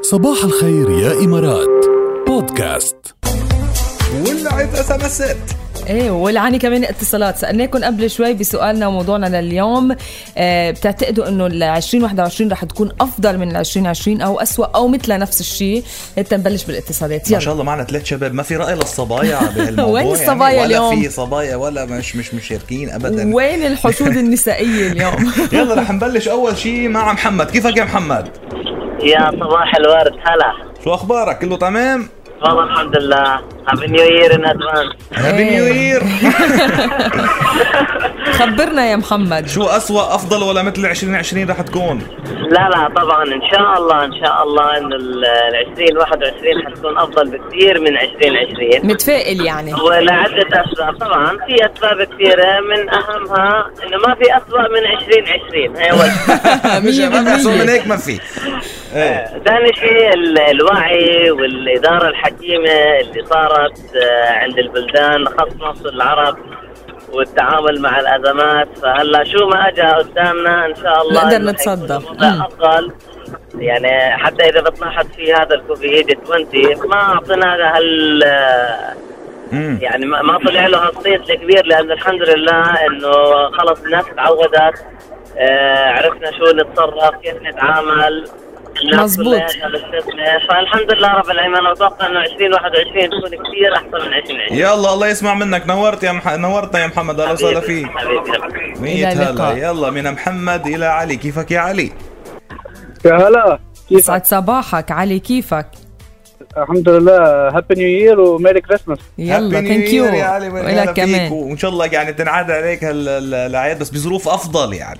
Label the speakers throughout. Speaker 1: صباح الخير يا إمارات بودكاست
Speaker 2: ولعت اس ام اسات
Speaker 3: ايه والعني كمان اتصالات سالناكم قبل شوي بسؤالنا وموضوعنا لليوم آه بتعتقدوا انه ال 2021 رح تكون افضل من ال 2020 او اسوء او مثل نفس الشيء هات نبلش بالاتصالات
Speaker 2: ما شاء
Speaker 3: يلا
Speaker 2: الله معنا ثلاث شباب ما في راي للصبايا بهالموضوع
Speaker 3: وين الصبايا
Speaker 2: يعني
Speaker 3: اليوم؟
Speaker 2: ولا في صبايا ولا مش مش مشاركين ابدا
Speaker 3: وين الحشود النسائيه اليوم
Speaker 2: يلا رح نبلش اول شيء مع محمد كيفك يا محمد
Speaker 4: يا صباح الورد هلا
Speaker 2: شو اخبارك كله تمام
Speaker 4: والله الحمد لله هابي نيو يير ان ادفانس
Speaker 2: هابي
Speaker 3: إيه.
Speaker 2: نيو يير
Speaker 3: خبرنا يا محمد
Speaker 2: شو اسوا افضل ولا مثل 2020 رح تكون
Speaker 4: لا لا طبعا ان شاء الله ان شاء الله انه ال 2021 حتكون افضل بكثير من 2020
Speaker 3: متفائل يعني
Speaker 4: ولعدة اسباب طبعا في اسباب كثيرة من اهمها انه ما في اسوأ من 2020 هي اول
Speaker 3: آه،
Speaker 2: مش ما في أسوأ من
Speaker 3: 100%
Speaker 2: هيك ما في ايه
Speaker 4: ثاني شيء ال- الوعي والإدارة الحكيمة اللي صارت آه، عند البلدان خاصة مصر العرب والتعامل مع الأزمات فهلا شو ما أجا قدامنا إن شاء الله
Speaker 3: نقدر
Speaker 4: إنه
Speaker 3: نتصدى.
Speaker 4: حيكون الوضع
Speaker 3: مم.
Speaker 4: أفضل يعني حتى إذا بتلاحظ في هذا الكوفيد 20 ما أعطينا هال آه،
Speaker 2: أمم.
Speaker 4: يعني ما ما طلع له هالصيت الكبير لانه الحمد لله انه خلص الناس تعودت آه عرفنا شو نتصرف كيف نتعامل الناس
Speaker 3: مزبوط.
Speaker 4: كلها جلستنا. فالحمد لله رب العالمين انا بتوقع انه 2021 تكون كثير احسن من 2020
Speaker 2: يلا الله يسمع منك نورت يا مح... نورتنا يا محمد اهلا وسهلا فيك
Speaker 4: حبيبي.
Speaker 2: مية
Speaker 3: إلى اللقاء.
Speaker 2: هلا يلا من محمد الى علي كيفك يا علي
Speaker 5: يا هلا كيف
Speaker 3: يسعد صباحك علي كيفك
Speaker 5: الحمد لله هابي نيو يير وميري كريسماس
Speaker 3: يلا
Speaker 2: Happy New
Speaker 3: ثانك
Speaker 2: Year
Speaker 3: يو
Speaker 2: يا علي
Speaker 3: ولك
Speaker 2: ولك كمان
Speaker 3: كمان
Speaker 2: وان شاء الله يعني تنعاد عليك هال- ال- الاعياد بس بظروف افضل يعني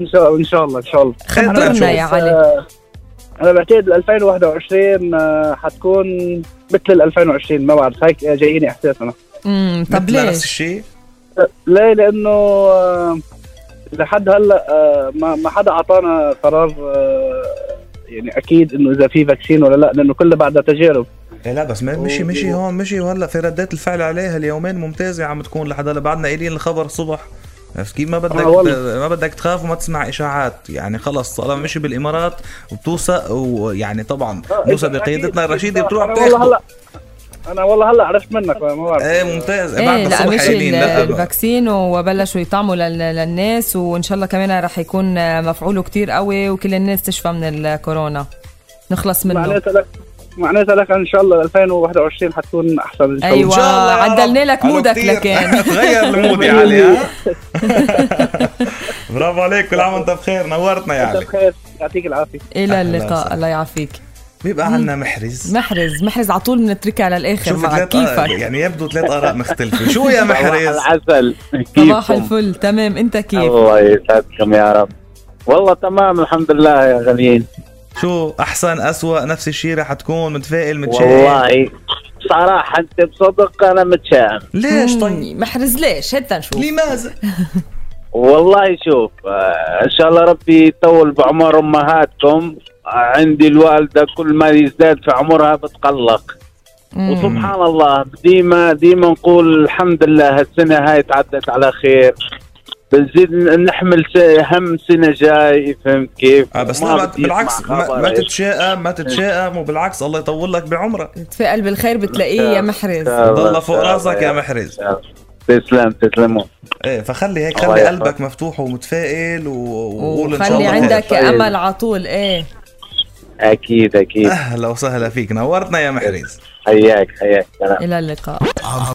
Speaker 5: ان شاء ان شاء الله ان شاء الله
Speaker 2: خلينا نشوف.
Speaker 3: خبرنا يا علي
Speaker 5: آه، انا بعتقد 2021 آه، حتكون مثل ال 2020 ما بعرف هيك جاييني احساس انا
Speaker 3: امم طب
Speaker 2: مثل نفس
Speaker 3: ليش
Speaker 2: الشيء
Speaker 5: ليه لانه آه، لحد هلا آه، ما ما حدا اعطانا قرار آه، يعني اكيد انه اذا في فاكسين ولا لا لانه كله بعدها تجارب
Speaker 2: إيه لا بس ما- مشي مشي هون مشي وهلا في ردات الفعل عليها اليومين ممتازه عم تكون لحد هلا بعدنا قايلين الخبر الصبح عرفت كيف ما بدك
Speaker 5: آه والله.
Speaker 2: ما بدك تخاف وما تسمع اشاعات يعني خلص طالما مشي بالامارات وبتوثق ويعني طبعا
Speaker 5: آه،
Speaker 2: بتوثق بقيادتنا الرشيده بتروح
Speaker 5: انا إيه، آه، والله
Speaker 2: بتاخده
Speaker 5: هلا انا والله هلا عرفت منك ما بعرف
Speaker 2: ايه ممتاز إيه
Speaker 3: ايه
Speaker 2: بعدنا
Speaker 3: لا
Speaker 2: الصبح
Speaker 3: مشي
Speaker 2: قايلين
Speaker 3: ال-
Speaker 2: لا آه. بقى.
Speaker 3: الفاكسين وبلشوا يطعموا لل- للناس وان شاء الله كمان رح يكون مفعوله كتير قوي وكل الناس تشفى من الكورونا نخلص منه
Speaker 5: معناتها لك معناتها لك ان شاء الله 2021 حتكون احسن ان شاء الله
Speaker 3: أيوة.
Speaker 2: إن شاء الله يا رب.
Speaker 3: عدلنا لك
Speaker 2: حلو
Speaker 3: مودك
Speaker 2: كتير.
Speaker 3: لكن.
Speaker 2: تغير المود يا علي ها؟ برافو عليك كل عام وانت بخير نورتنا يا
Speaker 5: انت
Speaker 2: علي
Speaker 5: بخير يعطيك العافيه
Speaker 3: الى
Speaker 2: أهلاً
Speaker 3: اللقاء
Speaker 2: وسهلاً.
Speaker 3: الله يعافيك
Speaker 2: بيبقى عنا محرز
Speaker 3: محرز محرز على طول بنتركها للاخر
Speaker 2: شوف
Speaker 3: مع
Speaker 2: ثلاث آراء-
Speaker 3: كيفك
Speaker 2: يعني يبدو ثلاث اراء مختلفه شو يا محرز
Speaker 6: صباح العسل
Speaker 3: صباح
Speaker 6: كيفكم؟
Speaker 3: الفل تمام انت كيف
Speaker 6: الله يسعدكم يا رب والله تمام الحمد لله يا غاليين
Speaker 2: شو احسن اسوا نفس الشيء رح تكون متفائل متشائم
Speaker 6: والله صراحة أنت بصدق أنا متشائم
Speaker 2: ليش طيب
Speaker 3: مم، محرز ليش هات نشوف
Speaker 2: لماذا
Speaker 6: والله شوف آه، إن شاء الله ربي يطول بعمر أمهاتكم آه، عندي الوالدة كل ما يزداد في عمرها بتقلق
Speaker 3: مم.
Speaker 6: وسبحان الله ديما ديما نقول الحمد لله السنة هاي تعدت على خير بنزيد نحمل س- هم سنة جاي فهمت كيف؟
Speaker 2: آه بس
Speaker 6: ما
Speaker 2: لا ما-
Speaker 6: بدي أسمع
Speaker 2: بالعكس ما,
Speaker 6: خبر
Speaker 2: ما
Speaker 6: إيش.
Speaker 2: تتشائم ما تتشائم وبالعكس الله يطول لك بعمرك
Speaker 3: تفائل بالخير بتلاقيه يا محرز
Speaker 2: ضل فوق راسك يا محرز
Speaker 6: تسلم تسلموا
Speaker 2: ايه فخلي هيك
Speaker 6: الله
Speaker 2: خلي
Speaker 6: يحفظك.
Speaker 2: قلبك مفتوح ومتفائل و- وقول ان شاء
Speaker 3: وخلي
Speaker 2: الله خير.
Speaker 3: عندك
Speaker 6: خير.
Speaker 3: امل على طول ايه
Speaker 6: اكيد اكيد
Speaker 2: اهلا وسهلا فيك نورتنا يا محرز
Speaker 6: حياك حياك سلام
Speaker 3: الى اللقاء